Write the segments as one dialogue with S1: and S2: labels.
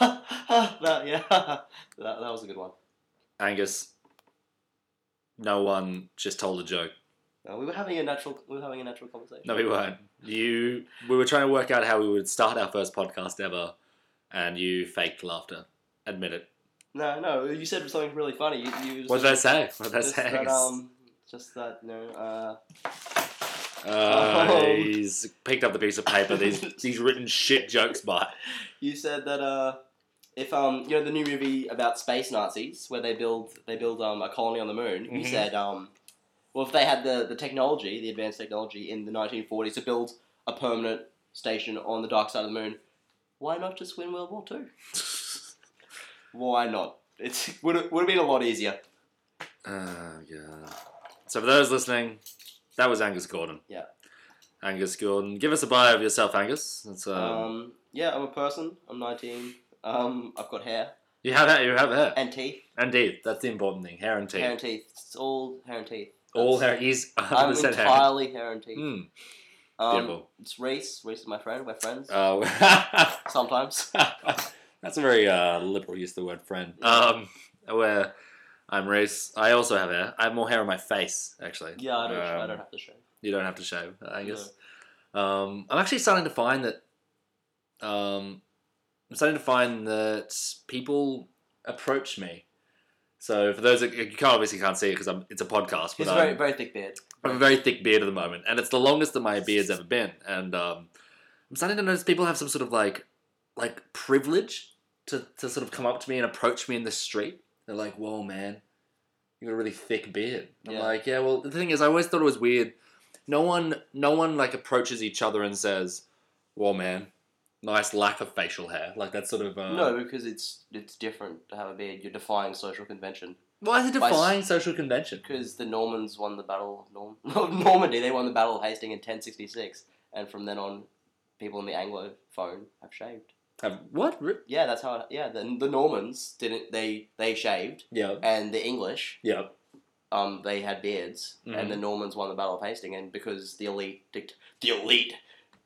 S1: Ah, that, yeah, that, that was a good one.
S2: Angus, no one just told a joke.
S1: No, we were having a natural, we were having a natural conversation.
S2: No, we weren't. You, we were trying to work out how we would start our first podcast ever, and you faked laughter. Admit it.
S1: no, no. You said something really funny. You, you just-
S2: What did I say? What did I
S1: just
S2: say?
S1: that, um, just that, you know, uh,
S2: Uh,
S1: Um.
S2: he's picked up the piece of paper. These he's written shit jokes by.
S1: you said that uh, if um, you know, the new movie about space Nazis where they build they build um, a colony on the moon. You
S2: Mhm.
S1: said um, well, if they had the the technology, the advanced technology in the 1940s to build a permanent station on the dark side of the moon, why not just win World War Two? Why not? It would have been a lot easier.
S2: Oh yeah. So for those listening, that was Angus Gordon.
S1: Yeah.
S2: Angus Gordon, give us a bio of yourself, Angus. It's, um,
S1: Um, yeah, I'm a person. I'm 19. Um, I've got hair
S2: you have hair. You have hair
S1: and teeth.
S2: and teeth. That's the important thing. Hair and teeth.
S1: Hair and teeth. It's all hair and teeth.
S2: All
S1: That's-
S2: hair. He's 100%
S1: I'm
S2: hair.
S1: entirely hair and teeth.
S2: Mm,
S1: Um,
S2: beautiful.
S1: it's Reese. Reese is my friend. We're friends
S2: Uh,
S1: sometimes.
S2: That's a very uh, liberal use of the word friend. Um, where I'm race. I also have hair. I have more hair on my face, actually.
S1: Yeah, I don't. I
S2: Um,
S1: don't have to shave.
S2: You don't have to shave, I guess. Um, I'm actually starting to find that. Um, I'm starting to find that people approach me. So for those that you can't obviously can't see it because it's a podcast, but
S1: He's a
S2: I'm,
S1: very very thick beard.
S2: I have a very thick beard at the moment, and it's the longest that my beard's ever been. And um, I'm starting to notice people have some sort of like, like privilege to, to sort of come up to me and approach me in the street. They're like, "Whoa, man, you got a really thick beard." I'm
S1: Yeah.
S2: like, "Yeah, well, the thing is, I always thought it was weird. No one, no one like approaches each other and says, "Whoa, man, nice lack of facial hair." Like that's sort of uh,
S1: no, because it's it's different to have a beard. You're defying social convention.
S2: Why is it
S1: By s-
S2: defying social convention?
S1: Because the Normans won the Battle of Norm- of Normandy. They won the Battle of Hastings in 1066, and from then on, people in the Anglophone have shaved.
S2: Have- Um, what? Re-
S1: Yeah, that's how. It, yeah, the, the Normans didn't. They they shaved,
S2: Yeah,
S1: and the English
S2: yeah.
S1: um, they had beards,
S2: Mhm.
S1: and the Normans won the Battle of Hastings, and because the elite, dict- the elite,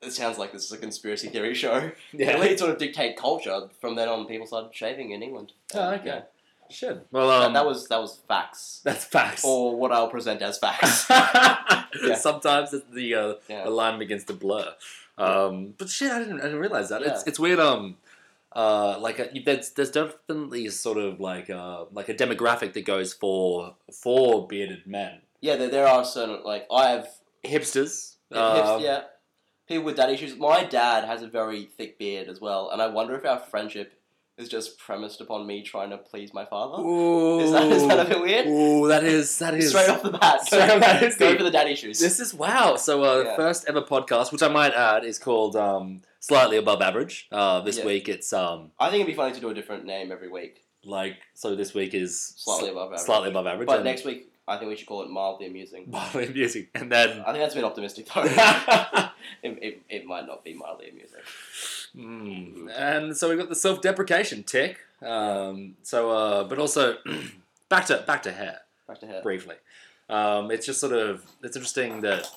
S1: it sounds like this is a conspiracy theory show. The elite sort of dictate culture. From then on, people started shaving in England.
S2: Oh,
S1: And,
S2: okay.
S1: yeah.
S2: Shit. Well, um,
S1: and that was that was facts,
S2: That's facts.
S1: or what I'll present as facts.
S2: Sometimes it's the uh, the
S1: yeah.
S2: line begins to blur. Um, but shit, I didn't, I didn't realize that. It's
S1: Yeah.
S2: it's weird. Um, uh, like uh, there's there's definitely sort of like uh like a demographic that goes for for bearded men,
S1: yeah, there, there are certain like I have
S2: hipsters.
S1: hips,
S2: um,
S1: yeah people with dad issues. My dad has a very thick beard as well, and I wonder if our friendship is just premised upon me trying to please my father.
S2: Ooh,
S1: Is that, is that a bit weird?
S2: ooh, that is that is
S1: Straight off the bat,
S2: Straight off the bat, it's
S1: go
S2: the-
S1: for the dad issues.
S2: This is wow. So, uh,
S1: Yeah.
S2: first ever podcast, which I might add, is called um, "Slightly Above Average." Uh, this
S1: Yeah.
S2: week, it's um,
S1: I think it'd be funny to do a different name every week,
S2: like so. This week is
S1: slightly above average.
S2: slightly above average.
S1: but
S2: and
S1: next week, I think we should call it mildly amusing.
S2: mildly amusing, and then
S1: I think that's a bit optimistic though. it,
S2: Hmm.
S1: it, it might not be mildly amusing. Hmm.
S2: and so we've got the self-deprecation tick. Um, so, uh, but also back to back to hair
S1: Back to hair.
S2: briefly. Um, it's just sort of it's interesting that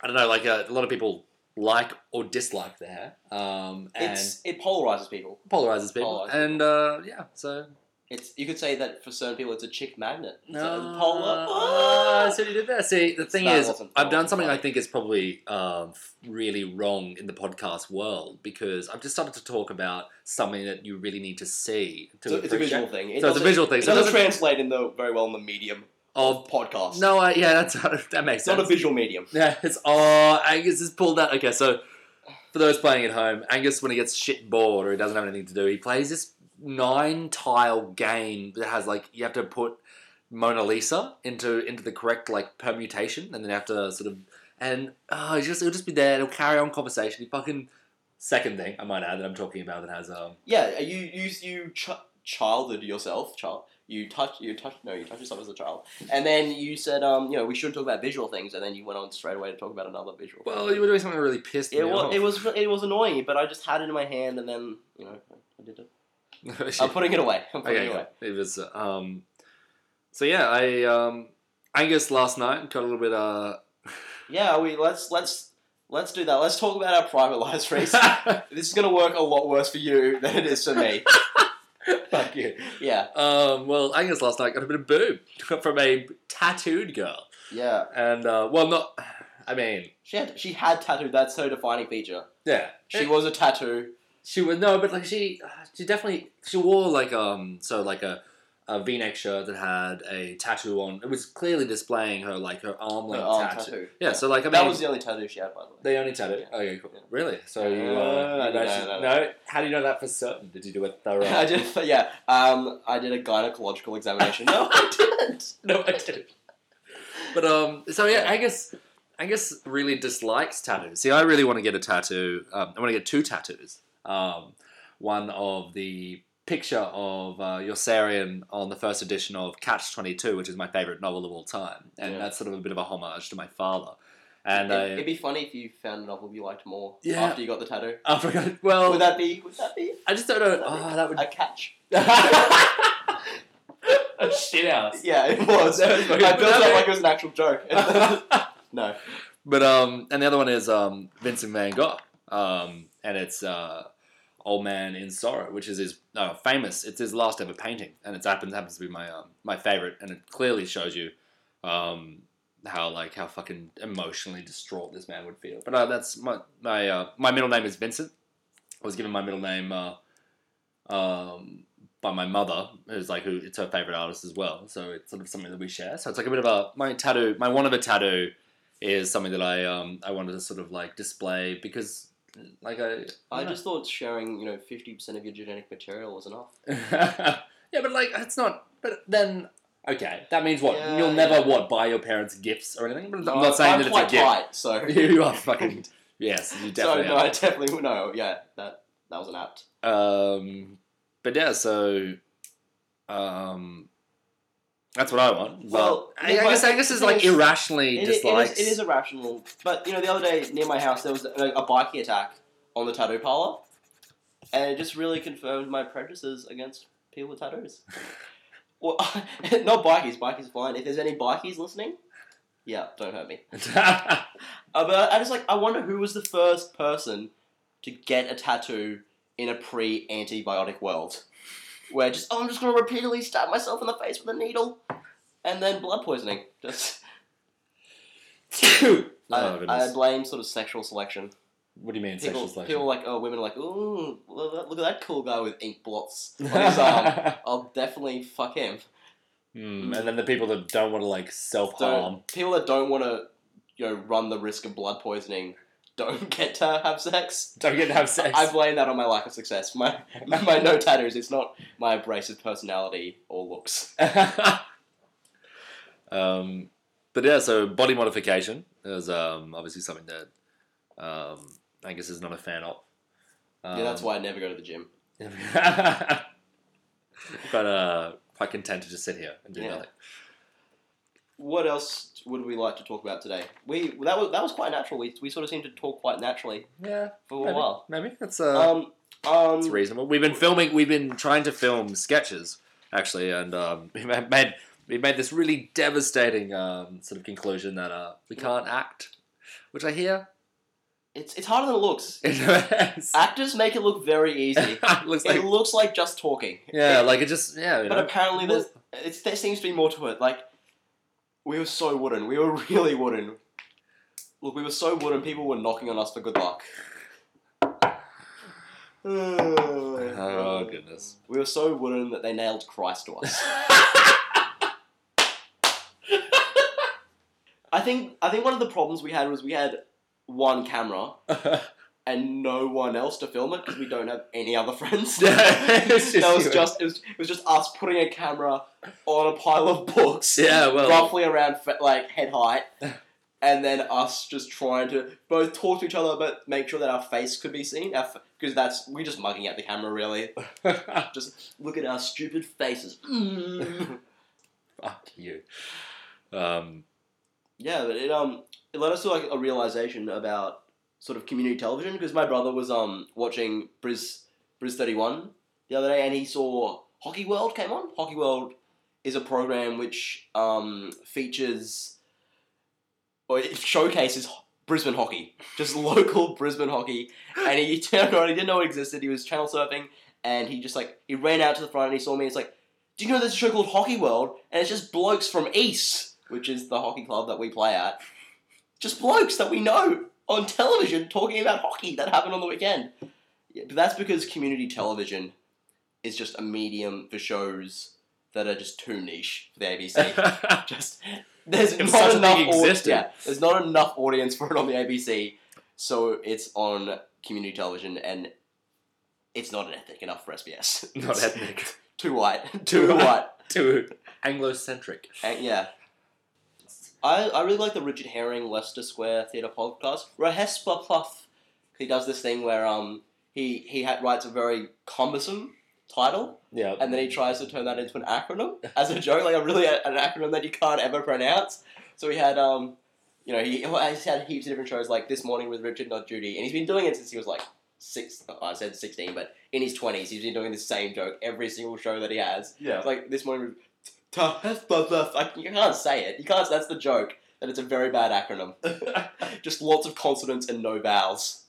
S2: I don't know, like uh, a lot of people like or dislike the hair, um, and
S1: It's it polarizes people.
S2: polarizes people,
S1: Polarizes
S2: and uh, yeah, so
S1: It's you could say that for certain people, it's a chick magnet. It's a
S2: No.
S1: polar.
S2: Ah, see what uh, you did there. See, the thing
S1: That
S2: is,
S1: wasn't- that
S2: I've done
S1: wasn't
S2: something I
S1: funny.
S2: think is probably um, f- really wrong in the podcast world because I've just started to talk about something that you really need to see
S1: It's
S2: to
S1: a, it's a
S2: appreciate.
S1: visual thing. It
S2: So it's a
S1: doesn't-
S2: visual thing.
S1: It
S2: So it
S1: doesn't
S2: doesn't-
S1: translate in the very well in the medium
S2: Oh,
S1: of podcast.
S2: no, I, yeah, that's that makes
S1: it's
S2: sense.
S1: not a visual medium.
S2: Yeah, it's oh, Angus has pulled that. Okay, so for those playing at home, Angus when he gets shit bored or he doesn't have anything to do, he plays this nine tile game that has like you have to put Mona Lisa into into the correct like permutation, and then have to sort of and oh, it's just it'll just be there. It'll carry on conversation. He fucking second thing I might add that I'm talking about that has um
S1: Yeah, you you you ch- childed yourself, child. You touch you touch no, you touch yourself as a child, and then you said, um, you know, we shouldn't talk about visual things, and then you went on straight away to talk about another visual.
S2: well you were doing something that really pissed me
S1: it was
S2: off.
S1: it was it was annoying, but I just had it in my hand, and then you know, I did it.
S2: Oh, Shit.
S1: I'm putting it away. I'm putting
S2: Okay,
S1: it away.
S2: yeah. it was. Um, so yeah, I um, Angus last night got a little bit. Uh,
S1: Yeah, we let's let's let's do that. Let's talk about our private lives, Reese. this is gonna work a lot worse for you than it is for me.
S2: Fuck you.
S1: Yeah,
S2: Um, well, Angus last night got a bit of boob from a tattooed girl.
S1: yeah.
S2: And, uh, well, not. I mean,
S1: She had she had tattoo. That's her defining feature.
S2: yeah.
S1: She was a tattoo.
S2: She would no, but like she, she definitely she wore like um so like a, a V neck shirt that had a tattoo on. It was clearly displaying her like her arm
S1: Her
S2: length
S1: arm
S2: tattoo.
S1: Oh, tattoo.
S2: Yeah, so like I mean,
S1: that was the only tattoo she had, by the way.
S2: they only tattoo.
S1: Yeah.
S2: Okay, cool.
S1: Yeah.
S2: Really? So
S1: No,
S2: you, uh,
S1: no, no,
S2: you know, she-
S1: no, no.
S2: How do you know that for certain? Did you do a thorough?
S1: I did, yeah. Um, I did a gynecological examination. No, I didn't.
S2: No, I didn't. But um, so yeah,
S1: Yeah.
S2: Angus, Angus really dislikes tattoos. See, I really want to get a tattoo. Um, I want to get two tattoos. Um, one of the picture of uh, Yossarian on the first edition of Catch Twenty Two, which is my favorite novel of all time, and
S1: Yeah.
S2: that's sort of a bit of a homage to my father. And
S1: it,
S2: I,
S1: would be funny if you found a novel you liked more
S2: Yeah.
S1: after you got the tattoo.
S2: I forgot. Well,
S1: Would that be? Would that be
S2: I just don't know.
S1: that
S2: Oh, that would
S1: a catch?
S2: a shit house.
S1: Yeah, it was. I
S2: That was
S1: built
S2: fucking-
S1: it up
S2: that-
S1: like it was an actual joke. no.
S2: But um, and the other one is um, Vincent Van Gogh, um, and it's uh, Old Man in Sorrow, which is his uh, famous. It's his last ever painting, and it happens happens to be my um, my favorite, and it clearly shows you um, how like how fucking emotionally distraught this man would feel. But uh, that's my my uh, my middle name is Vincent. I was given my middle name uh, um, by my mother, who's like who it's her favorite artist as well. So it's sort of something that we share. So it's like a bit of a my tattoo, my one of a tattoo is something that I um I wanted to sort of like display because like I
S1: I just thought sharing, you know, fifty percent of your genetic material was enough.
S2: yeah but like it's not but then okay that means what
S1: Yeah,
S2: you'll never
S1: yeah.
S2: what buy your parents gifts or anything but
S1: No,
S2: I'm not saying
S1: I'm
S2: that
S1: quite
S2: it's a gift
S1: tight, so
S2: you are fucking yes you
S1: so
S2: definitely
S1: no,
S2: are.
S1: I definitely would- no. Yeah, that that was an apt.
S2: Um, but yeah, so um, that's what I want.
S1: Well,
S2: Well, I,
S1: yeah,
S2: I
S1: but
S2: guess Angus is
S1: it
S2: like
S1: is-
S2: irrationally
S1: It, i- it,
S2: dislikes.
S1: is, it is irrational, but you know, the other day near my house there was a, a bikie attack on the tattoo parlor, and it just really confirmed my prejudices against people with tattoos. well, not bikies. Bikies are fine. If there's any bikies listening, yeah, don't hurt me. Uh, but I just like I wonder who was the first person to get a tattoo in a pre-antibiotic world, where just oh I'm just gonna repeatedly stab myself in the face with a needle, and then blood poisoning. Just
S2: oh,
S1: I, I
S2: goodness.
S1: blame sort of sexual selection.
S2: what do you mean
S1: People,
S2: sexual selection?
S1: people like oh women are like ooh look at that- look at that cool guy with ink blots on his arm. I'll definitely fuck him.
S2: Hmm, and then the people that don't want to like self harm.
S1: Don't, people that don't want to you know run the risk of blood poisoning don't get to have sex.
S2: Don't, get to have sex.
S1: I blame that on my lack of success. My my no tattoos. It's not my abrasive personality or looks.
S2: um, but yeah, so body modification is um, obviously something that um, Angus is not a fan of.
S1: yeah, that's
S2: Um,
S1: why I never go to the gym.
S2: but uh, quite content to just sit here and do
S1: Yeah.
S2: nothing.
S1: What else would we like to talk about today? We that was that was quite natural. We, we sort of seemed to talk quite naturally
S2: Yeah,
S1: for a
S2: maybe,
S1: while.
S2: maybe that's uh,
S1: Um, um,
S2: it's reasonable. We've been filming. We've been trying to film sketches actually, and um, we ma- made we made this really devastating um, sort of conclusion that uh, we can't act, which I hear.
S1: it's it's harder than it looks.
S2: It
S1: Actors make it look very easy.
S2: looks like
S1: it looks like just talking.
S2: yeah, like it just yeah. You
S1: But
S2: know.
S1: apparently, there's it's, there seems to be more to it. Like, we were so wooden. We were really wooden. Look, we were so wooden. People were knocking on us for good luck.
S2: Oh, goodness.
S1: We were so wooden that they nailed Christ to us. I think I think one of the problems we had was we had one camera and no one else to film it because we don't have any other friends.
S2: Yeah, it's just
S1: that was
S2: you.
S1: just it was, it was just us putting a camera on a pile of books.
S2: yeah, well,
S1: roughly around fe- like head height, and then us just trying to both talk to each other, but make sure that our face could be seen. Because that's we're just mugging at the camera, really. Just look at our stupid faces. Mm.
S2: fuck you. Um,
S1: yeah, but it um it led us to like a realization about sort of community television. Because my brother was um watching Briz Briz Thirty One the other day, and he saw Hockey World came on. Hockey World is a program which um features or it showcases Brisbane hockey, just local Brisbane hockey. And he turned around, he didn't know it existed. He was channel surfing, and he just like he ran out to the front and he saw me. He's like, "Do you know there's a show called Hockey World?" And it's just blokes from East, which is the hockey club that we play at. Just blokes that we know on television talking about hockey that happened on the weekend. Yeah, but that's because community television is just a medium for shows that are just too niche for the ABC just there's
S2: If
S1: not
S2: such a
S1: enough
S2: thing
S1: au-
S2: existed.
S1: yeah, there's not enough audience for it on the ABC, so it's on community television and it's not an ethnic enough for SBS.
S2: Not
S1: It's
S2: ethnic.
S1: Too white.
S2: Too
S1: Too
S2: white.
S1: white.
S2: Too Anglo-centric.
S1: And, yeah. I, I really like the Richard Herring Leicester Square Theatre podcast. Rahespa Pluff, he does this thing where um he he ha- writes a very cumbersome title
S2: Yeah.
S1: and then he tries to turn that into an acronym as a joke, like a really an acronym that you can't ever pronounce. So he had, um, you know, he he's had heaps of different shows like This Morning with Richard Not Judy, and he's been doing it since he was like six. oh, I said sixteen, but in his twenties, he's been doing the same joke every single show that he has.
S2: yeah.
S1: It's like This Morning with like, you can't say it. You can't. That's the joke. That it's a very bad acronym. Just lots of consonants and no vowels.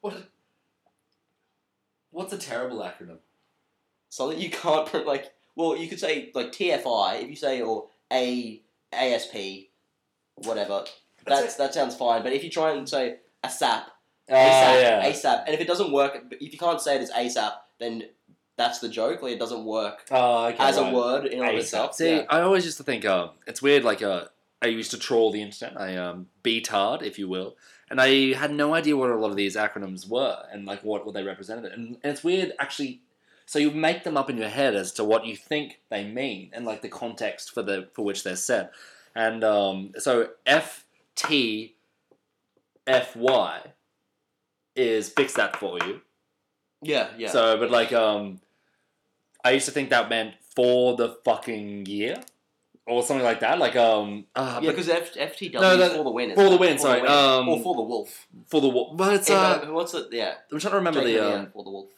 S2: what? What's a terrible acronym?
S1: something you can't print like well you could say like TFI if you say or a ASP whatever that's that sounds fine but if you try and say ASAP
S2: Oh,
S1: ASAP
S2: yeah.
S1: ASAP and if it doesn't work if you can't say it as ASAP then that's the joke like it doesn't work
S2: Oh, okay,
S1: as
S2: right.
S1: a word in and of
S2: ASAP.
S1: itself
S2: See,
S1: yeah.
S2: I always used to think um, it's weird. Like, uh, I used to troll the internet. I um, BTARD, if you will, and I had no idea what a lot of these acronyms were and like what what they represented. And, and it's weird, actually. So you make them up in your head as to what you think they mean and like the context for the for which they're said. And um, so F T F Y is fix that for you.
S1: yeah yeah
S2: So, but like, um, I used to think that meant for the fucking year or something like that. Like, um, uh,
S1: yeah
S2: but
S1: because F- FTW
S2: No,
S1: is
S2: that-
S1: for the win isn't
S2: for the
S1: it?
S2: win, sorry, um,
S1: or for the wolf
S2: for the wa- but it's
S1: Yeah,
S2: uh,
S1: no, what's it yeah
S2: I'm trying to remember
S1: Jake
S2: the
S1: Maria,
S2: um,
S1: for the wolf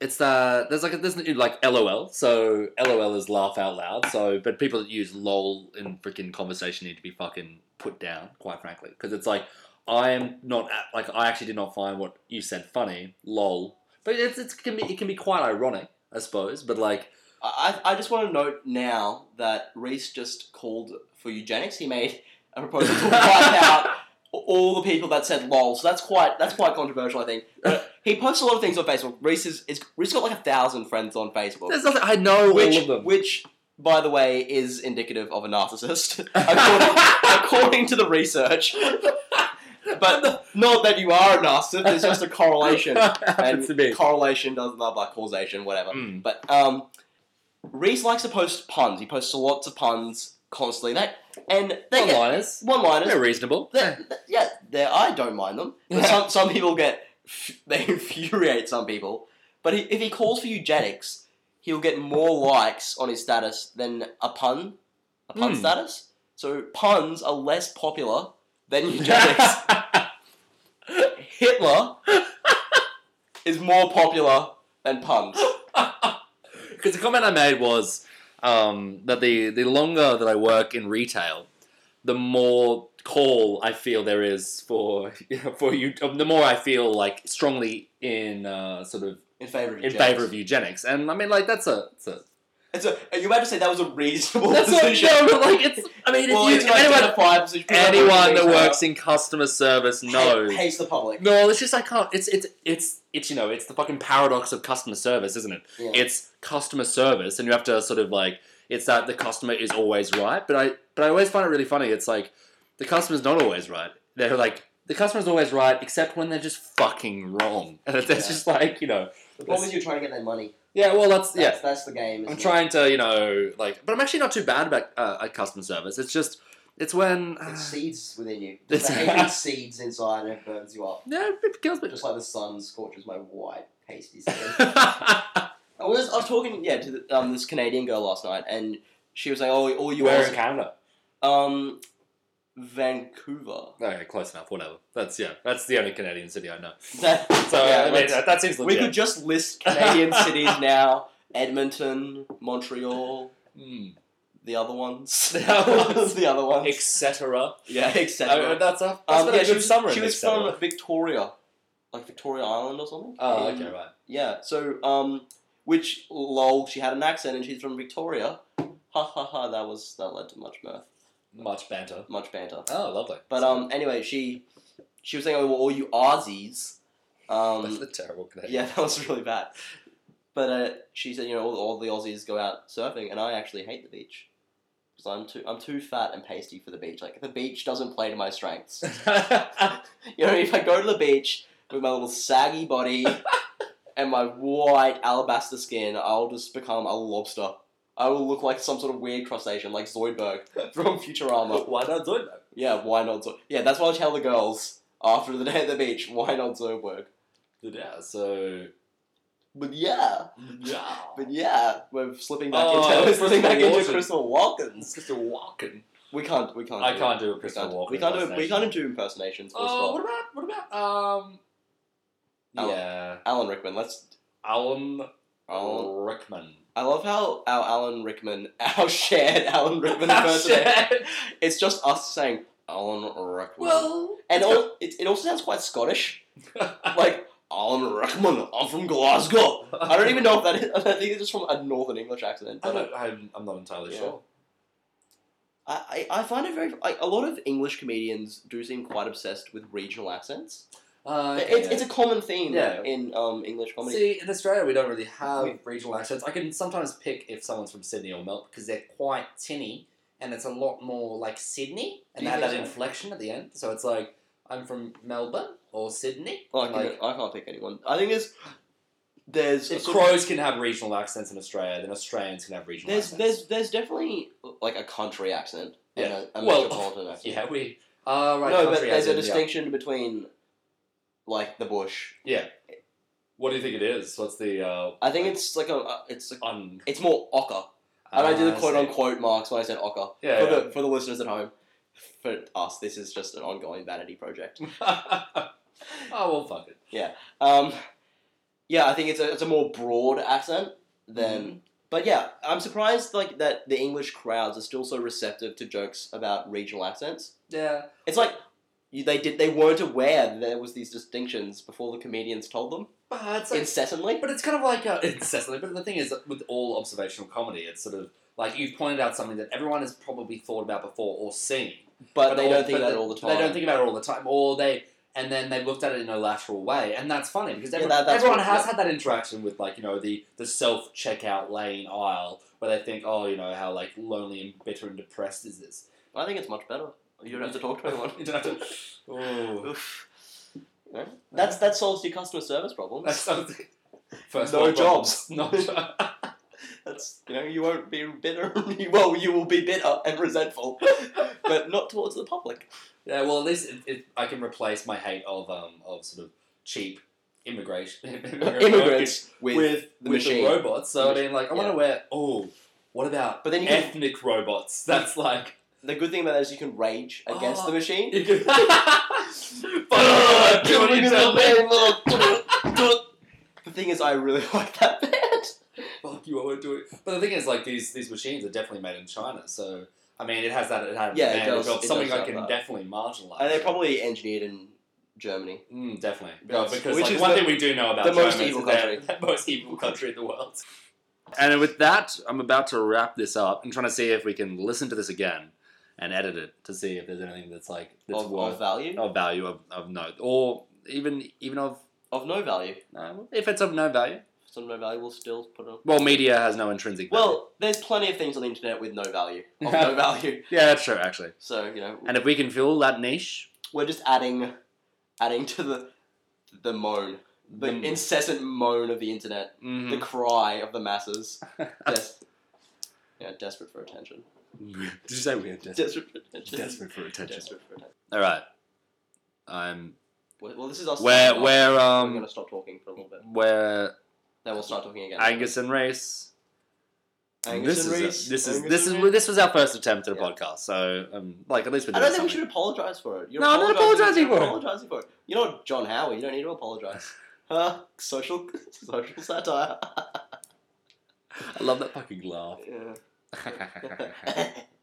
S2: it's that there's like a, there's like LOL. So LOL is laugh out loud. So, but people that use lol in freaking conversation need to be fucking put down, quite frankly, because it's like I am not at- like I actually did not find what you said funny, lol. But it's it's can be it can be quite ironic, I suppose. But like,
S1: I, I I just want to note now that Reese just called for eugenics. He made a proposal to wipe out all the people that said "lol," so that's quite that's quite controversial, I think. But he posts a lot of things on Facebook. Reese is, is Reese got like a thousand friends on Facebook,
S2: there's nothing I know
S1: which
S2: all of them.
S1: which by the way is indicative of a narcissist according, according to the research. But not that you are a narcissist. It's just a correlation, and
S2: happens to me.
S1: correlation doesn't blah blah causation, whatever.
S2: Mm.
S1: But um, Reese likes to post puns. He posts lots of puns constantly. That and they get
S2: One-liners.
S1: one-liners.
S2: They're reasonable.
S1: They're- they're- yeah, they're, I don't mind them. But some some people get f- they infuriate some people. But he, if he calls for eugenics, he'll get more likes on his status than a pun, a pun
S2: Mm.
S1: status. So puns are less popular than eugenics. Hitler is more popular than puns.
S2: Because the comment I made was um, that the, the longer that I work in retail, the more call I feel there is for for you. um, The more I feel like strongly in uh, sort of
S1: In favor of
S2: in
S1: eugenics.
S2: favor of eugenics, and I mean like that's a, that's a
S1: And so, are you about to say that was a reasonable
S2: that's a,
S1: decision?
S2: no, but like it's. I mean, if
S1: well,
S2: you,
S1: it's
S2: if
S1: an
S2: anyone
S1: identifiable position.
S2: anyone that
S1: People
S2: works in customer service
S1: hate-
S2: knows
S1: hates the public.
S2: No, it's just I can't. It's it's it's it's you know it's the fucking paradox of customer service, isn't it?
S1: Yeah.
S2: It's customer service, and you have to sort of like it's that the customer is always right. But I but I always find it really funny. It's like the customer's not always right. They're like the customer's always right, except when they're just fucking wrong, and it's, it's
S1: Yeah.
S2: just like you know.
S1: the problem is you're trying to get their money.
S2: Yeah, well that's
S1: That's,
S2: yeah.
S1: that's the game.
S2: I'm
S1: isn't it?
S2: trying to you know like, but I'm actually not too bad about uh, at customer service. It's just it's when. uh,
S1: It seeds within you.
S2: It's-
S1: Just the hatred seeds inside and it burns you up.
S2: yeah, it kills me.
S1: Just like the sun scorches my white pasty skin. I was I was talking yeah to the, um, this Canadian girl last night and she was like oh all you
S2: Where in
S1: are
S2: Canada?
S1: um Vancouver.
S2: Okay, close enough. Whatever. That's yeah. That's the only Canadian city I know.
S1: That,
S2: So
S1: yeah,
S2: I mean,
S1: let's-
S2: that, that seems
S1: we
S2: legit.
S1: could just list Canadian cities now: Edmonton, Montreal,
S2: Mm.
S1: the other ones,
S2: The other ones.
S1: the other ones,
S2: etc.
S1: yeah,
S2: Oh,
S1: etc.
S2: that's a, that's
S1: Um,
S2: been
S1: yeah,
S2: a
S1: she
S2: good
S1: was,
S2: summary.
S1: she
S2: of
S1: was
S2: et cetera.
S1: from Victoria, like Victoria Island or something.
S2: Oh,
S1: Um,
S2: okay, right.
S1: Yeah. So, um, which lol, she had an accent and she's from Victoria. Ha ha ha. That was that led to much mirth,
S2: Much banter.
S1: much banter.
S2: Oh, lovely.
S1: But um, anyway, she she was saying, "Oh, well, all you Aussies."
S2: that's
S1: Um,
S2: a terrible connection.
S1: yeah, that was really bad. But uh, she said, "You know, all, all the Aussies go out surfing, and I actually hate the beach because I'm too I'm too fat and pasty for the beach. Like the beach doesn't play to my strengths. You know, if I go to the beach with my little saggy body and my white alabaster skin, I'll just become a lobster." I will look like some sort of weird crustacean, like Zoidberg from Futurama.
S2: Why not do it?
S1: Yeah, why not? Zo- yeah, that's what I tell the girls after the day at the beach. Why not Zoom work?
S2: Yeah, so
S1: But yeah,
S2: yeah.
S1: but yeah, we're slipping back
S2: Oh,
S1: into
S2: Crystal
S1: slipping back into
S2: Walken.
S1: Crystal Walkens.
S2: It's just a walking.
S1: We can't. We can't.
S2: I
S1: do
S2: can't do a
S1: We
S2: Crystal
S1: can't,
S2: Walken.
S1: we can't do. We
S2: impersonation.
S1: can't do impersonations. full
S2: Oh,
S1: stop.
S2: what about what about um?
S1: Alan.
S2: Yeah,
S1: Alan Rickman. Let's.
S2: Alan
S1: Alan.
S2: Rickman.
S1: I love how our Alan Rickman, our shared Alan Rickman
S2: Oh,
S1: impersonation.
S2: shit.
S1: It's just us saying Alan Rickman.
S2: Well,
S1: and all, it, it also sounds quite Scottish. Like Alan Rickman. I'm from Glasgow. I don't even know if that is. I think it's just from a northern English accent.
S2: I
S1: But
S2: don't, I'm, I'm not entirely
S1: Yeah.
S2: sure.
S1: I, I, I find it very. Like, a lot of English comedians do seem quite obsessed with regional accents.
S2: Uh, okay,
S1: it's, it's a common theme
S2: Yeah.
S1: in um, English
S2: yeah.
S1: comedy.
S2: See, in Australia, we don't really have regional accents. I can sometimes pick if someone's from Sydney or Melbourne because they're quite tinny and it's a lot more like Sydney
S1: Do you
S2: and they have
S1: think
S2: that
S1: so?
S2: inflection at the end. So it's like, I'm from Melbourne or Sydney.
S1: Like, I,
S2: Like,
S1: can't, I can't pick anyone. I think there's there's a
S2: if
S1: sort of-
S2: crows can have regional accents in Australia, then Australians can have regional
S1: there's
S2: accents.
S1: there's there's definitely like a country accent and
S2: Yeah.
S1: a, a
S2: Well,
S1: metropolitan accent.
S2: yeah, we. Uh, right,
S1: no, but
S2: country
S1: there's
S2: as
S1: a
S2: in, yeah.
S1: distinction between like the bush.
S2: What do you think it is? What's the uh,
S1: I think it's like a uh, it's a,
S2: un?
S1: it's more ochre. And I did the
S2: Ah,
S1: quote
S2: see.
S1: unquote marks when I said ochre.
S2: Yeah,
S1: for, The, for the listeners at home, for us, this is just an ongoing vanity project.
S2: oh well, fuck it.
S1: Um, yeah, I think it's a, it's a more broad accent
S2: Mm.
S1: than. But yeah, I'm surprised like that the English crowds are still so receptive to jokes about regional accents.
S2: Yeah.
S1: It's like you, they did they weren't aware that there was these distinctions before the comedians told them
S2: But it's, like,
S1: incessantly.
S2: but it's kind of like
S1: uh,
S2: a, incessantly. But the thing is, with all observational comedy, it's sort of like you've pointed out something that everyone has probably thought about before or seen.
S1: But, they
S2: all-
S1: don't think
S2: but
S1: about
S2: they-
S1: it all the time.
S2: They don't think about it all the time, or they and then they looked at it in a lateral way, and that's funny because
S1: Yeah,
S2: everyone,
S1: that- that's
S2: everyone
S1: what-
S2: has
S1: yeah.
S2: had that interaction with like you know the the self checkout lane aisle where they think, oh, you know how like lonely and bitter and depressed is this?
S1: I think it's much better. You don't have to talk to anyone.
S2: you don't have to. Ooh.
S1: Oof. Yeah. That's that solves your customer service problem.
S2: That's something. First
S1: No
S2: world
S1: jobs.
S2: problems. No jobs.
S1: That's you know you won't be bitter. well, you will be bitter and resentful, but not towards the public.
S2: Yeah, well, at least it, it, I can replace my hate of um of sort of cheap immigration
S1: Immigrants with,
S2: with with,
S1: the
S2: the,
S1: machine.
S2: robots. So I
S1: The
S2: mean, like, I want
S1: yeah.
S2: to wear. Oh, what about
S1: but then you can,
S2: ethnic robots? That's like
S1: the good thing about that is you can rage against
S2: Oh.
S1: the machine.
S2: you can. Fuck, do what you tell me.
S1: the thing is, I really like that band.
S2: Fuck you, I won't do it. But the thing is, like these these machines are definitely made in China, so. I mean, it has that it has an
S1: Yeah, it
S2: advantage
S1: does-
S2: of
S1: it does
S2: something I
S1: have
S2: can
S1: that.
S2: definitely marginalize.
S1: And they're probably engineered in Germany.
S2: Mm, definitely.
S1: Yes.
S2: because
S1: Which
S2: like,
S1: is
S2: one
S1: the-
S2: thing we do know about
S1: the
S2: China
S1: most
S2: is
S1: evil
S2: that
S1: country.
S2: they're the most evil country in the world. And with that, I'm about to wrap this up. I'm trying to see if we can listen to this again and edit it to see if there's anything that's like that's
S1: Of, of
S2: worth
S1: value?
S2: of value of, of note or even even of
S1: Of no value.
S2: no, if it's of no value.
S1: Some no value will still put on.
S2: Well, media has no intrinsic. value.
S1: Well, there's plenty of things on the internet with no value. Of no value.
S2: yeah, that's true actually.
S1: So, you know,
S2: And if we can fill that niche,
S1: we're just adding adding to the the moan. The
S2: then-
S1: incessant moan of the internet. The
S2: Mhm.
S1: cry of the masses. Des- yeah, desperate for attention.
S2: did you say we're desperate?
S1: Desperate for attention.
S2: Desperate for attention.
S1: Desperate for attention.
S2: All right, I'm.
S1: Well, well, this is us.
S2: Where
S1: signing off.
S2: where
S1: We're going
S2: um
S1: to stop talking for a little bit.
S2: where
S1: Then we'll start talking again.
S2: Angus and Race.
S1: Angus
S2: this
S1: and
S2: is
S1: Reese.
S2: this is
S1: Angus
S2: this is
S1: and Reese.
S2: this was our first attempt at a
S1: Yeah.
S2: podcast. So um, like at least we
S1: I
S2: did
S1: don't think we
S2: something.
S1: should apologize for it. You're
S2: No, I'm not apologizing
S1: you're
S2: for it.
S1: Apologizing for it. You're not John Howard. You don't need to apologize. Huh? Social social satire.
S2: I love that fucking laugh.
S1: yeah. That's